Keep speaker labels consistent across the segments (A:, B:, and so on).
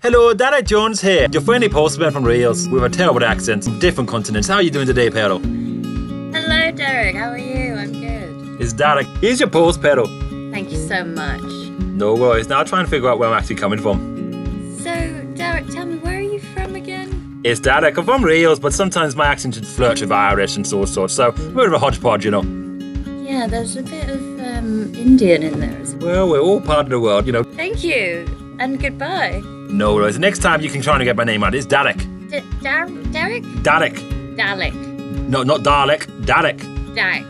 A: Hello, Dana Jones here, your friendly postman from Wales with a terrible accent, from different continents. How are you doing today, Pedro?
B: Hello, Derek. How are you? I'm good.
A: It's Dana. Here's your post, Pedro.
B: Thank you so much.
A: No worries. Now try and figure out where I'm actually coming from.
B: So, Derek, tell me, where are you from again?
A: It's Derek. I'm from Wales, but sometimes my accent should flirt with Irish and all sorts. So, we're a bit of a hodgepodge, you know.
B: Yeah, there's a bit of um, Indian in there. as
A: Well,
B: well.
A: we're all part of the world, you know.
B: Thank you, and goodbye.
A: No worries. Next time you can try and get my name out. It's Derek.
B: D- Dar- Derek?
A: Derek.
B: Dalek.
A: No, not Dalek. Derek.
B: Derek.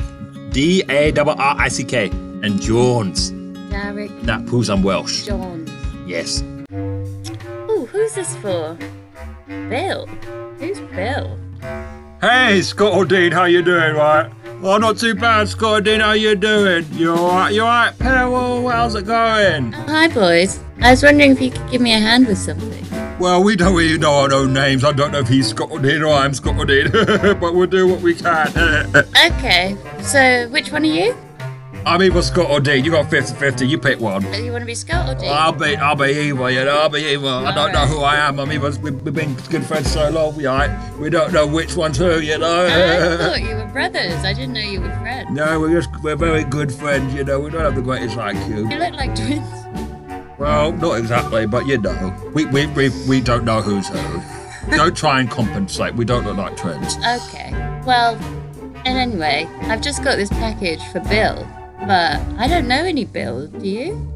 A: D A R R I C K. And Jones.
B: Derek
A: That proves I'm Welsh.
B: Jones.
A: Yes.
B: Oh, who's this for? Bill. Who's Bill?
C: Hey, Scott O'Dean, how you doing, right? Oh, not too bad, Scott O'Dean, how you doing? You alright, you alright, Peril, how's it going?
B: Oh, Hi, boys. I was wondering if you could give me a hand with something.
C: Well, we don't really know our own names. I don't know if he's Scott O'Dean or I'm Scott O'Dean, but we'll do what we can.
B: Okay, so which one are you?
C: I'm either Scott or Dean. You got 50-50, you pick one.
B: You want to be Scott or Dean?
C: I'll be, I'll be either, you know, I'll be either. I don't know who I am. I mean, we've we've been good friends so long, we, right? we don't know which one's who, you
B: I
C: know.
B: thought you were brothers. I didn't know you were friends.
C: No, we're just, we're very good friends, you know. We don't have the greatest IQ.
B: You look like twins.
C: Well, not exactly, but you know, we we, we, we don't know who's who. don't try and compensate. We don't look like twins.
B: Okay. Well, and anyway, I've just got this package for Bill, but I don't know any Bill, do you?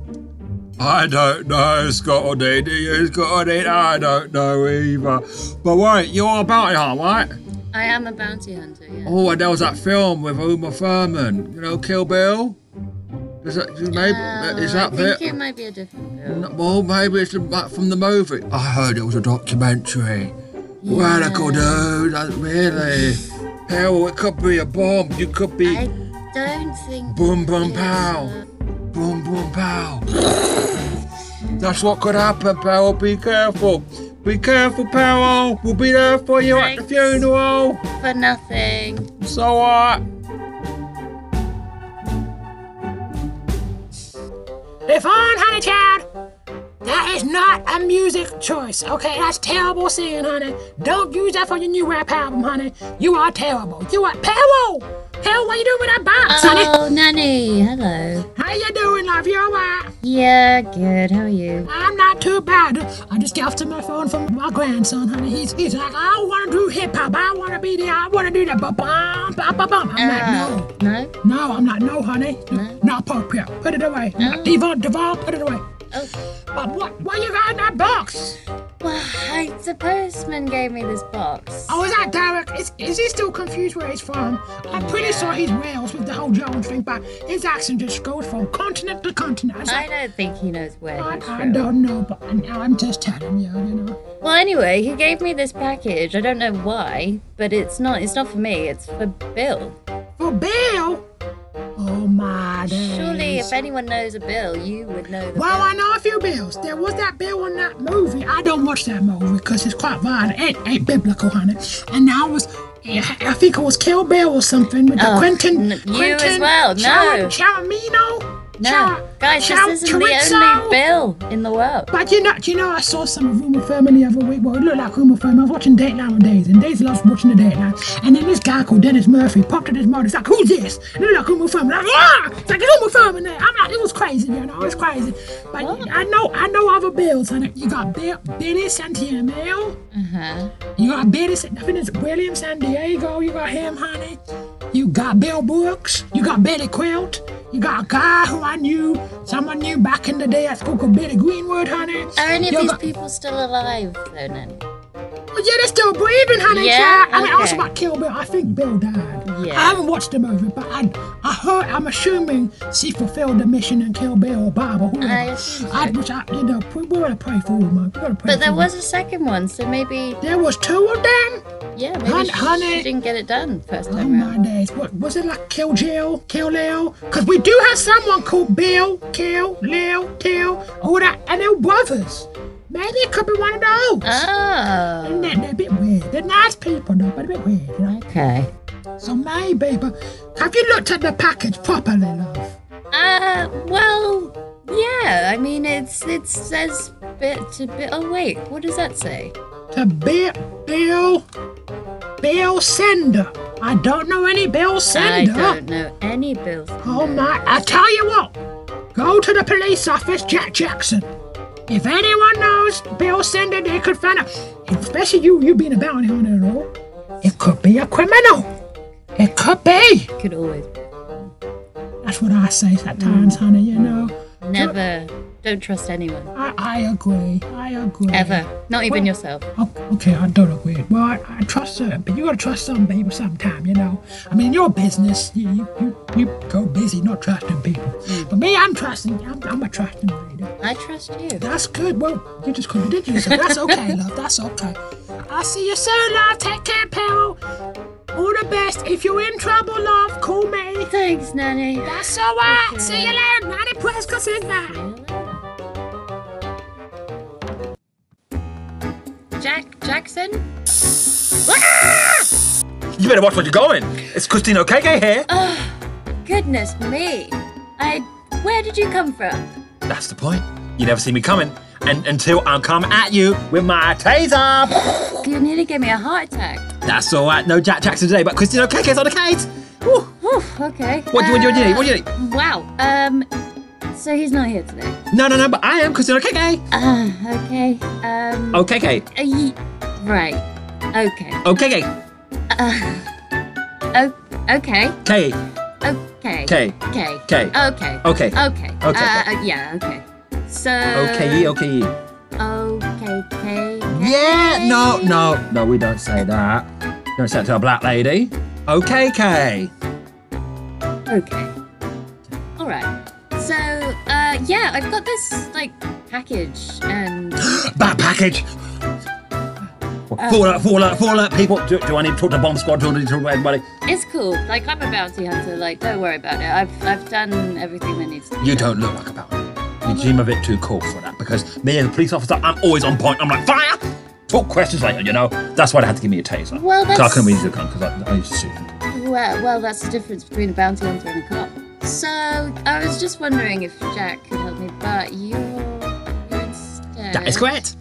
C: I don't know, Scott or Dean. Do you, Scott or Dean? I don't know either. But wait, you're a bounty hunter, right?
B: I am a bounty hunter, yeah.
C: Oh, and there was that film with Uma Thurman. You know, Kill Bill. Is that maybe
B: Uh,
C: is that
B: I think
C: bit?
B: it might be a different Bill.
C: Well, maybe it's back from the movie. I heard it was a documentary. Radical dude, like, really. Hell, it could be a bomb. You could be.
B: I don't think.
C: Boom, boom,
B: it's,
C: pow.
B: uh,
C: Boom, boom, pow. That's what could happen, pal. Be careful. Be careful, pal. We'll be there for you at the
B: Thanks.
C: funeral.
B: uh, For nothing.
C: So what?
D: If on honey child, that is not a music choice. Okay, that's terrible singing, honey. Don't use that for your new rap album, honey. You are terrible. You are terrible. Hell, what you doing with that box, honey?
B: Oh, Nanny, hello.
D: How you doing, love? You alright?
B: Yeah, good. How are you?
D: I'm not too bad. I just got off to my phone from my grandson, honey. He's, he's like, I want to do hip hop. I want to be there. I want to do the ba bum ba ba bum. I'm like,
B: Uh,
D: no.
B: no?
D: No, I'm not. No, honey.
B: No?
D: Not appropriate. Put it away.
B: No.
D: Devon, Devon, put it away.
B: Oh,
D: But what? What you got in that box?
B: well, I, the postman gave me this box.
D: Oh, is that Derek? Is, is he still confused where he's from? I'm pretty sure he's Wales with the whole Jones thing, but his accent just goes from continent to continent. It's
B: I
D: like,
B: don't think he knows where
D: I,
B: he's
D: I
B: from.
D: don't know, but I'm just telling you, you know.
B: Well, anyway, he gave me this package. I don't know why, but it's not. It's not for me. It's for Bill.
D: For Bill? Oh, my days.
B: Surely, if anyone knows a Bill, you would know the.
D: Well, I know a few bills. There was that bill in that movie. I don't watch that movie because it's quite violent. It ain't biblical, honey. And I was, yeah, I think it was Kill Bill or something with the
B: Oh,
D: Quentin.
B: n- you
D: Quentin
B: as well, no.
D: Char- Charamino.
B: no,
D: Char-
B: guys,
D: Char-
B: this isn't the
D: Chorizo.
B: only Bill in the world.
D: But you know, you know, I saw some of Uma Thurman the other week. Well, it looked like Uma Thurman. I was watching Dateline with Daisy, and Daisy loves watching the Dateline. And then this guy called Dennis Murphy popped in his mouth. He's like, "Who's this?" And it looked like Uma Thurman. Like, yeah, it's like it's Uma Thurman there. I'm like, it was crazy, you know, it's crazy. But
B: What?
D: I know, I know other bills. And you got Bill, Billy Santiamel.
B: Uh huh.
D: You got Billy. San- I think it's William San Diego. You got him, honey. You got Bill Brooks. You got Betty Quilt. You got a guy who I knew, someone knew back in the day at school called Betty Greenwood, honey.
B: Are any of
D: You
B: these
D: got-
B: people still alive, though, Nan?
D: Well, Oh, yeah, they're still breathing, honey.
B: Yeah,
D: child. I mean,
B: okay.
D: also about Kill Bill. I think Bill died.
B: Yeah.
D: I haven't watched the movie, but I, I heard. I'm assuming she fulfilled the mission in Kill Bill or Bob or whoever.
B: I assume so.
D: I, which I, you know, we- we're gonna pray for him. We're gonna pray
B: But there
D: for
B: was a second one, so maybe,
D: Him. There was two of them.
B: yeah, maybe
D: Hun-
B: she,
D: honey.
B: she didn't get it done first
D: Oh
B: time
D: my
B: round.
D: days! What was it like? Kill Jill, Kill Lil? Because we do have someone called Bill, Kill Lil, Till, all that, and they're brothers. Maybe it could be one of those.
B: Uh.
D: And
B: Oh.
D: they're, they're a bit weird. They're nice people, though, but a bit weird. You know?
B: Okay.
D: So maybe, but have you looked at the package properly, love?
B: Uh, well, Yeah, I mean it's it says bit to bit. Oh wait, what does that say?
D: To Bill, Bill, Bill Sender. I don't know any Bill
B: I
D: Sender.
B: don't know any bills.
D: Oh my! I tell you what, go to the police office, Jack Jackson. If anyone knows Bill Sender, they could find out. Especially you, you being a bounty hunter and all. It could be a criminal. It could be.
B: Could always
D: That's what I say at times, honey. You know,
B: never. Don't trust anyone
D: I, I agree. I agree.
B: ever. Not even
D: Well-
B: yourself.
D: O- Okay, I don't agree. Well, I, I trust certain, but you gotta trust some people sometime, you know. I mean, in your business, you, you, you, you go busy not trusting people. But me, I'm trusting. I'm, I'm a trusting lady.
B: I trust you.
D: That's good. Well, you just contradicted yourself. That's okay, love. That's okay. I'll see you soon, love. Take care, pal. All the best. If you're in trouble, love, call me.
B: Thanks, nanny.
D: That's all right. See you later. Nanny Prescott says that.
B: Jack Jackson.
A: You better watch where you're going. It's Christina Okeke here.
B: Goodness me. I. Where did you come from?
A: That's the point. You never see me coming. And until I come at you with my taser.
B: You nearly gave me a heart attack.
A: That's all right. No Jack Jackson today, but Christina Okeke's on the case. Woo.
B: Whew, okay.
A: What do you, what do you need? What do you need?
B: Uh, Wow. Um. So he's not here today.
A: No, no, no, but I am Christina Okeke.
B: Ah. okay. Um.
A: Okeke.
B: are ye- right. Okay.
A: Okeke.
B: Oh. Okay.
A: K. K.
B: Okay. Okay.
A: K.
B: Okay.
A: Okay.
B: Okay.
A: Okay.
B: Uh, yeah. Okay. So.
A: Okeye, okeye.
B: Okay. Okay.
A: Yeah, no, no, no, we don't say that. Don't say that to a black lady. Okay, K.
B: Okay. All right. So, uh, yeah, I've got this like package, and
A: Bad package. Fall up, fall up, fall up, people. Do, do I need to talk to Bomb Squad? Do I need to talk to everybody?
B: it's cool. Like, I'm a bounty hunter. Like, don't worry about it. I've I've done everything that needs to. be
C: You
B: done.
C: don't look like a bounty.
A: You seem a bit too cool for that because me as a police officer, I'm always on point. I'm like, fire! Talk questions later, you know? That's why they had to give me a taser.
B: Well,
A: 'Cause I
B: that's-
A: couldn't really do a gun because I, I used to shoot.
B: Well, well, that's the difference between a bounty hunter and a cop. So, I was just wondering if Jack could help me, but you, you instead.
A: That is correct.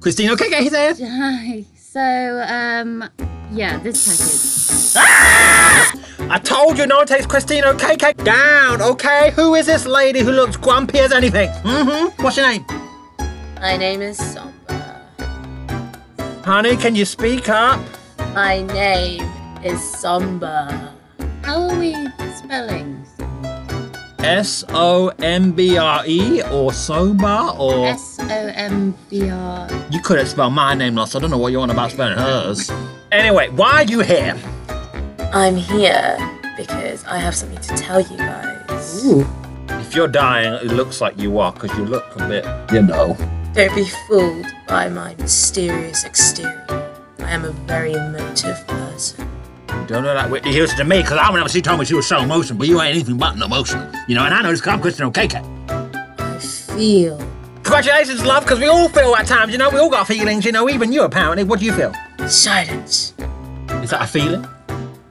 A: Christine, okay, okay, he's there.
B: Hi. So, um, yeah, this package.
A: I told you no one takes Christine OKK down, okay? Who is this lady who looks grumpy as anything? Mm-hmm. What's your name?
E: My name is Sombra.
A: Honey, can you speak up?
E: My name is Sombra.
B: How are we spelling?
A: S-O-M-B-R-E E or Soba or
B: S O M B R.
A: You couldn't spell my name last, I don't know what you're on about spelling hers. Anyway, why are you here?
E: I'm here because I have something to tell you guys.
A: If you're dying, it looks like you are, because you look a bit you know.
E: Don't be fooled by my mysterious exterior. I am a very emotive person.
A: Don't know that Whitney Houston to me, because I remember she told me she was so emotional, but you ain't anything but an emotional. You know, and I know this because I'm Christian OKK.
E: I feel.
A: Congratulations, love, because we all feel at times, you know, we all got feelings, you know, even you apparently. What do you feel?
E: Silence.
A: Is that a feeling?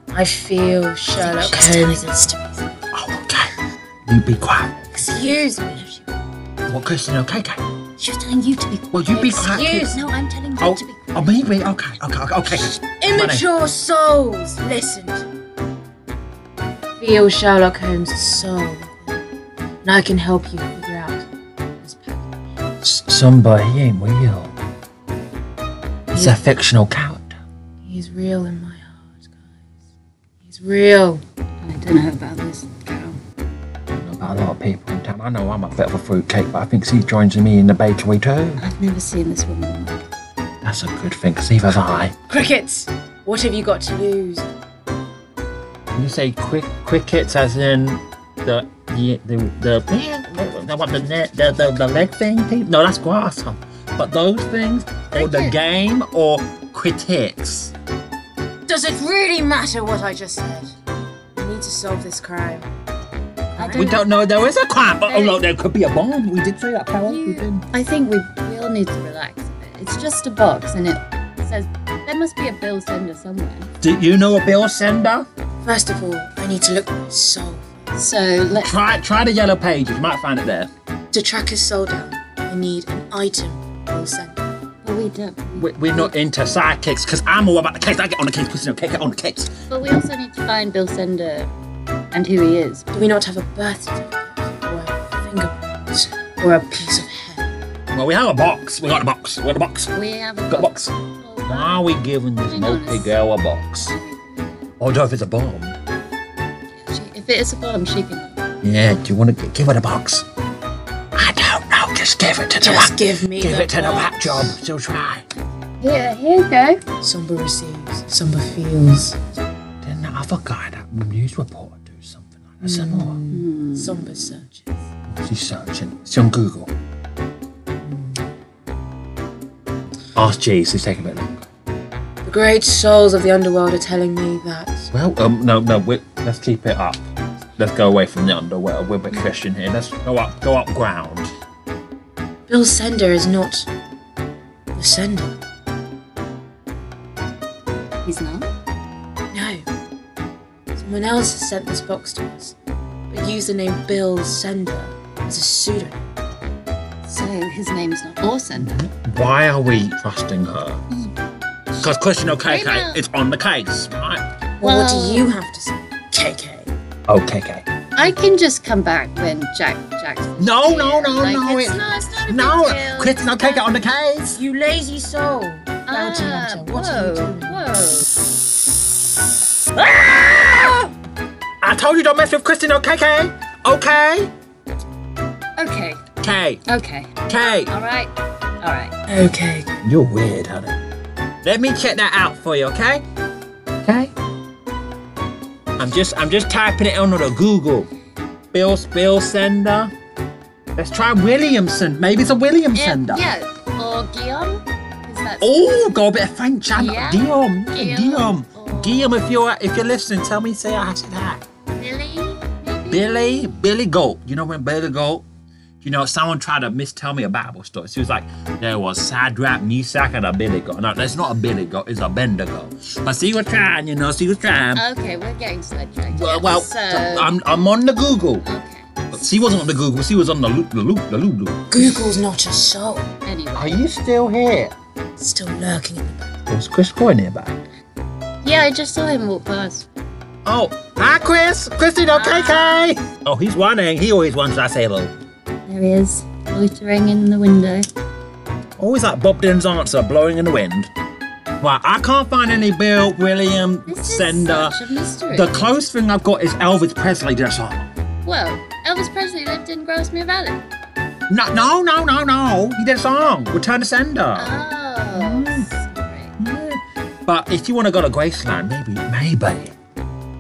E: I feel Sherlock Holmes instincts.
A: Oh, okay. You be quiet.
E: Excuse me.
A: What, Christian OKK?
B: She's telling you to be.
A: Well, you be quiet.
E: Excuse
B: No, I'm telling you
A: Oh,
B: to be.
A: oh, maybe. Okay, okay, okay, okay.
E: Immature souls, listen. Feel Sherlock Holmes' soul, and I can help you figure out this package.
A: Somebody him, will. He's a fictional character.
E: He's real in my heart, guys. He's real.
B: I don't know about this girl.
A: I know about a lot of people in town. I know I'm a bit of a fruitcake, but I think she joins me in the bakery too.
B: I've never seen this woman.
A: That's a good thing, because either have I.
E: Crickets, what have you got to lose?
A: You say quick crickets as in the the the the the, the, what, the, net- the, the, the leg thing? thing? No, that's grasshopper. But those things, or the game, or critics.
E: Does it really matter what I just said? We need to solve this crime.
B: I
A: We
B: don't.
A: don't know there is a crime, but oh no, there could be a bomb. We did say that, Carol. We did.
B: You, I think we, we all need to relax a bit. It's just a box, and it says there must be a bill sender somewhere.
A: Do you know a bill sender?
E: First of all, I need to look for my soul.
B: So let's.
A: Try try the yellow pages. You might find it there.
E: To track his soul down, I need an item or sender.
B: But we don't.
A: We, we're not into sidekicks because I'm all about the case. I get on the case, pussy, no, get on the case.
B: But we also need to find Bill Sender and who he is.
E: Do we not have a birth certificate, or a fingerprint, or a piece of hair?
A: Well, we have a box. We got a box. We got a box.
B: We have
A: We
B: a
A: got a box. Why are we giving this multi girl a box? Although if it's a bomb.
B: She, if it is a bottom, she can.
A: Yeah, do you want to give her the box? I don't know. Just give it to the
E: Just
A: rat.
E: give me
A: Give
E: the
A: it to the rat
E: box.
A: job. She'll try.
B: Yeah, here you go.
E: Somber receives, somber feels,
A: Then the other guy, that news reporter, do something like that. Some more.
E: somber searches.
A: She's searching. She's on Google. Ask Jeeves. It's taking a bit long.
E: The great souls of the underworld are telling me that
A: Well, um, no, no. We, let's keep it up. Let's go away from the underwear. We're a bit Christian here. Let's go up, go up ground.
E: Bill Sender is not the sender.
B: He's not.
E: No. Someone else has sent this box to us. But use the name Bill Sender as a pseudonym.
B: So his name's not Orson.
A: Mm-hmm. Why are we trusting her? Because Christian OKK
B: Email.
A: is on the case, right?
E: Well, what
B: Well-
E: do you have to say? KK.
A: OKK.
B: I can just come back when Jack Jack's.
A: No, no, no,
B: Like,
A: no.
B: It's
A: it-
B: not. It's not a
A: no,
B: big deal.
A: Christian OKK on the case.
E: You lazy soul.
B: Ah,
E: Bounty hunter, what are you
B: whoa,
E: doing?
B: whoa.
A: I told you don't mess with Christian OKK. Okay.
B: Okay,
A: K.
B: okay,
A: K.
B: all right, all right.
E: Okay.
A: You're weird, honey. Let me check that out for you, okay? Okay. I'm just I'm just typing it onto the Google. Bill Bill Sender. Let's try Williamson. Maybe it's a William sender.
B: Yeah, yeah. or Oh, Guillaume? Is that
A: Oh, got a bit of French. I'm
B: Yeah.
A: Guillaume.
B: Guillaume.
A: Guillaume.
B: Oh.
A: Guillaume, if you're if you're listening, tell me say I said hi.
B: Billy? Maybe?
A: Billy, Billy Goat. You know when Billy Goat? You know, someone tried to mistell me a Bible story. She was like, there was Sadrach, Meshach, and a Billy Goat. No, that's not a Billy Goat, it's a Bendigo. But she was trying, you know, she was trying.
B: Okay, we're getting sidetracked.
A: well,
B: yeah,
A: well uh,
B: so,
A: I'm, I'm on the Google.
B: okay.
A: But she wasn't on the Google, she was on the loop, the loop, the loop, loop.
E: Google's not a soul.
A: Are
B: Anyway,
A: you still here?
E: It's still lurking in the back.
A: Was Chris Coy nearby?
B: yeah, I just saw him walk past.
A: Oh, hi, Chris. Christine OKK. Oh, he's running. He always wants I say hello.
B: There he is, loitering in the window.
A: Always like Bob Dylan's answer, blowing in the wind. Right, I can't find any Bill, William,
B: This is
A: Sender.
B: such a mystery.
A: uh, The close thing I've got is Elvis Presley did a song.
B: Well, Elvis Presley lived in Grasmere Valley.
A: No, no, no, no, no. He did a song, Return to Sender.
B: Oh,
A: Mm.
B: sorry.
A: But if you want to go to Graceland, maybe, maybe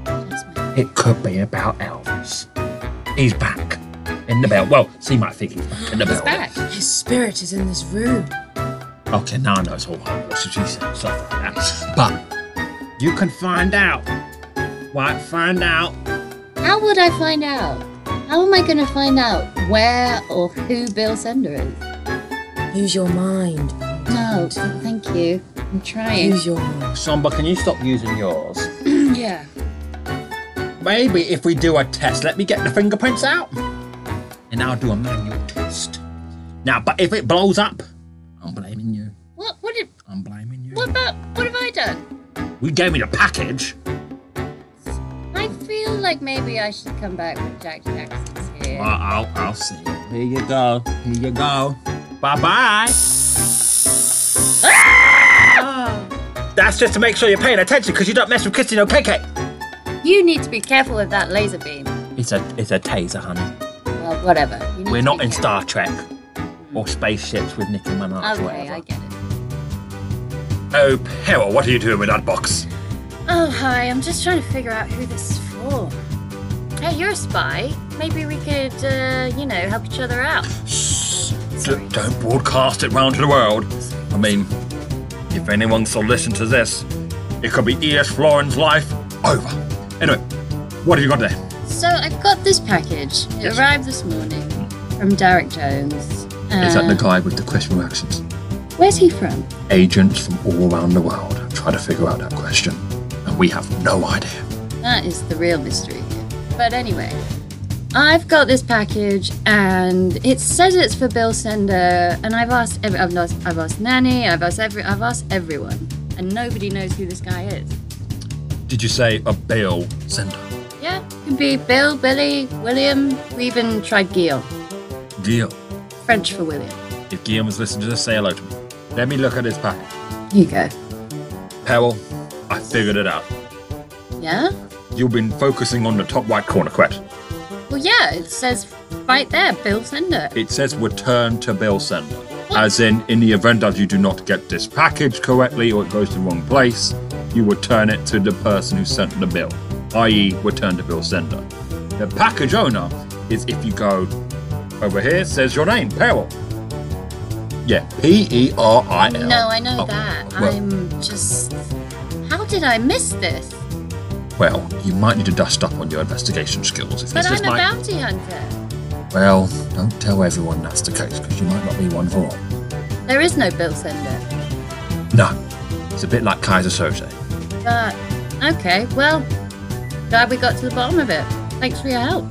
B: That's my
A: it could be about Elvis. He's back in the belt. Well, she might think he's back in the
B: He's
A: belt.
B: back.
E: His spirit is in this room.
A: Okay, now I know it's all hogwash as you said, stuff like that. But you can find out. Right, find out.
B: How would I find out? How am I going to find out where or who Bill Sender is?
E: Use your mind.
B: No, thank you. I'm trying.
E: Use your mind.
A: Somba, can you stop using yours?
B: yeah.
A: Maybe if we do a test, let me get the fingerprints out. And I'll do a manual test. Now, but if it blows up, I'm blaming you.
B: What? What did?
A: I'm blaming you.
B: What about? What have I done?
A: You gave me the package.
B: I feel like maybe I should come back with Jack Jackson's here.
A: Well, I'll, I'll see. Here you go. Here you go. Bye bye. That's just to make sure you're paying attention because you don't mess with Christine OKK.
B: You need to be careful with that laser beam.
A: It's a it's a taser, honey.
B: Well, whatever. You need
A: We're
B: to
A: not
B: be
A: in
B: careful.
A: Star Trek or spaceships with Nicki Minaj or
B: Okay,
A: whatever.
B: I get it.
A: Oh, Peril, what are you doing with that box?
B: Oh, hi. I'm just trying to figure out who this is for. Hey, you're a spy. Maybe we could, uh, you know, help each other out.
A: D- don't broadcast it round to the world. I mean, if anyone still listens to this, it could be E.S. Florin's life over. Anyway, what have you got there?
B: So I've got this package. It arrived this morning from Derek Jones.
A: Is that
B: Uh,
A: the guy with the question accents?
B: Where's he from?
A: Agents from all around the world try to figure out that question, and we have no idea.
B: That is the real mystery. here. But anyway, I've got this package, and it says it's for Bill Sender, and I've asked, every, I've asked, I've asked Nanny, I've asked every, I've asked everyone, and nobody knows who this guy is.
A: Did you say a bill sender?
B: Yeah, could be Bill, Billy, William. We even tried Guillaume,
A: Guillaume.
B: French for William.
A: If Guillaume was listening to this, say hello to me. Let me look at his package.
B: Here you go.
A: Powell, I figured it out.
B: Yeah.
A: You've been focusing on the top right corner, correct?
B: Well, yeah, it says right there, Bill Sender.
A: It says return to bill sender. As in, in the event that you do not get this package correctly or it goes to the wrong place, you return it to the person who sent the bill, i.e., return to bill sender. The package owner is if you go over here, says your name, Peril. Yeah, P E R I L.
B: No, I know
A: Oh,
B: that.
A: well-
B: I'm just. How did I miss this?
A: Well, you might need to dust up on your investigation skills. If
B: But
A: this
B: I'm
A: is
B: a
A: my-
B: bounty hunter.
A: Well, don't tell everyone that's the case because you might not be one for all.
B: There is no Bill Sender.
A: No, it's a bit like Kaiser Soze.
B: But okay, well, glad we got to the bottom of it. Thanks for your help.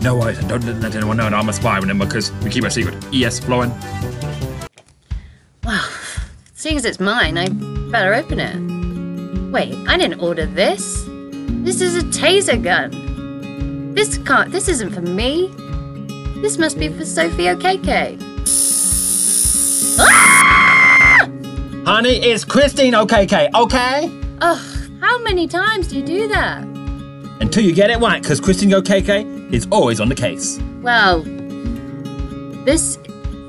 A: No worries, and don't let anyone know that I'm a spy on him because we keep it secret.
F: E
A: E.S. Florin.
B: Well, seeing as it's mine, I better open it. Wait, I didn't order this. This is a taser gun. This can't. This isn't for me. This must be for Sophie OKK.
F: Honey, it's Christine OKK, okay?
B: Oh, how many times do you do that?
F: Until you get it right, because Christine OKK is always on the case.
B: Well, this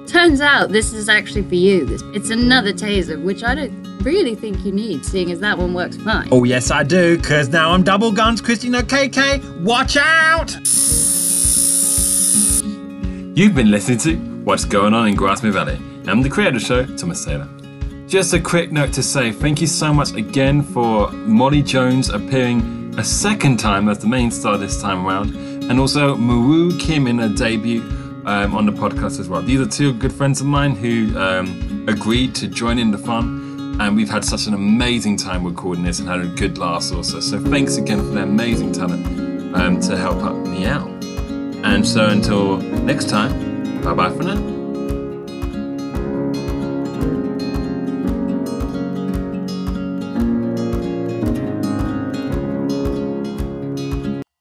B: turns out this is actually for you. This it's another taser, which I don't really think you need, seeing as that one works fine.
F: Oh, yes, I do, because now I'm double guns Christine OKK. Watch out!
G: You've been listening to What's Going On in Grassmere Valley. and I'm the creator of the show, Thomas Taylor. Just a quick note to say thank you so much again for Molly Jones appearing a second time as the main star this time around, and also Maru Kim in her debut um, on the podcast as well. These are two good friends of mine who um, agreed to join in the fun, and we've had such an amazing time recording this and had a good laugh also. So thanks again for their amazing talent um, to help up me out. And so until next time, bye bye for now.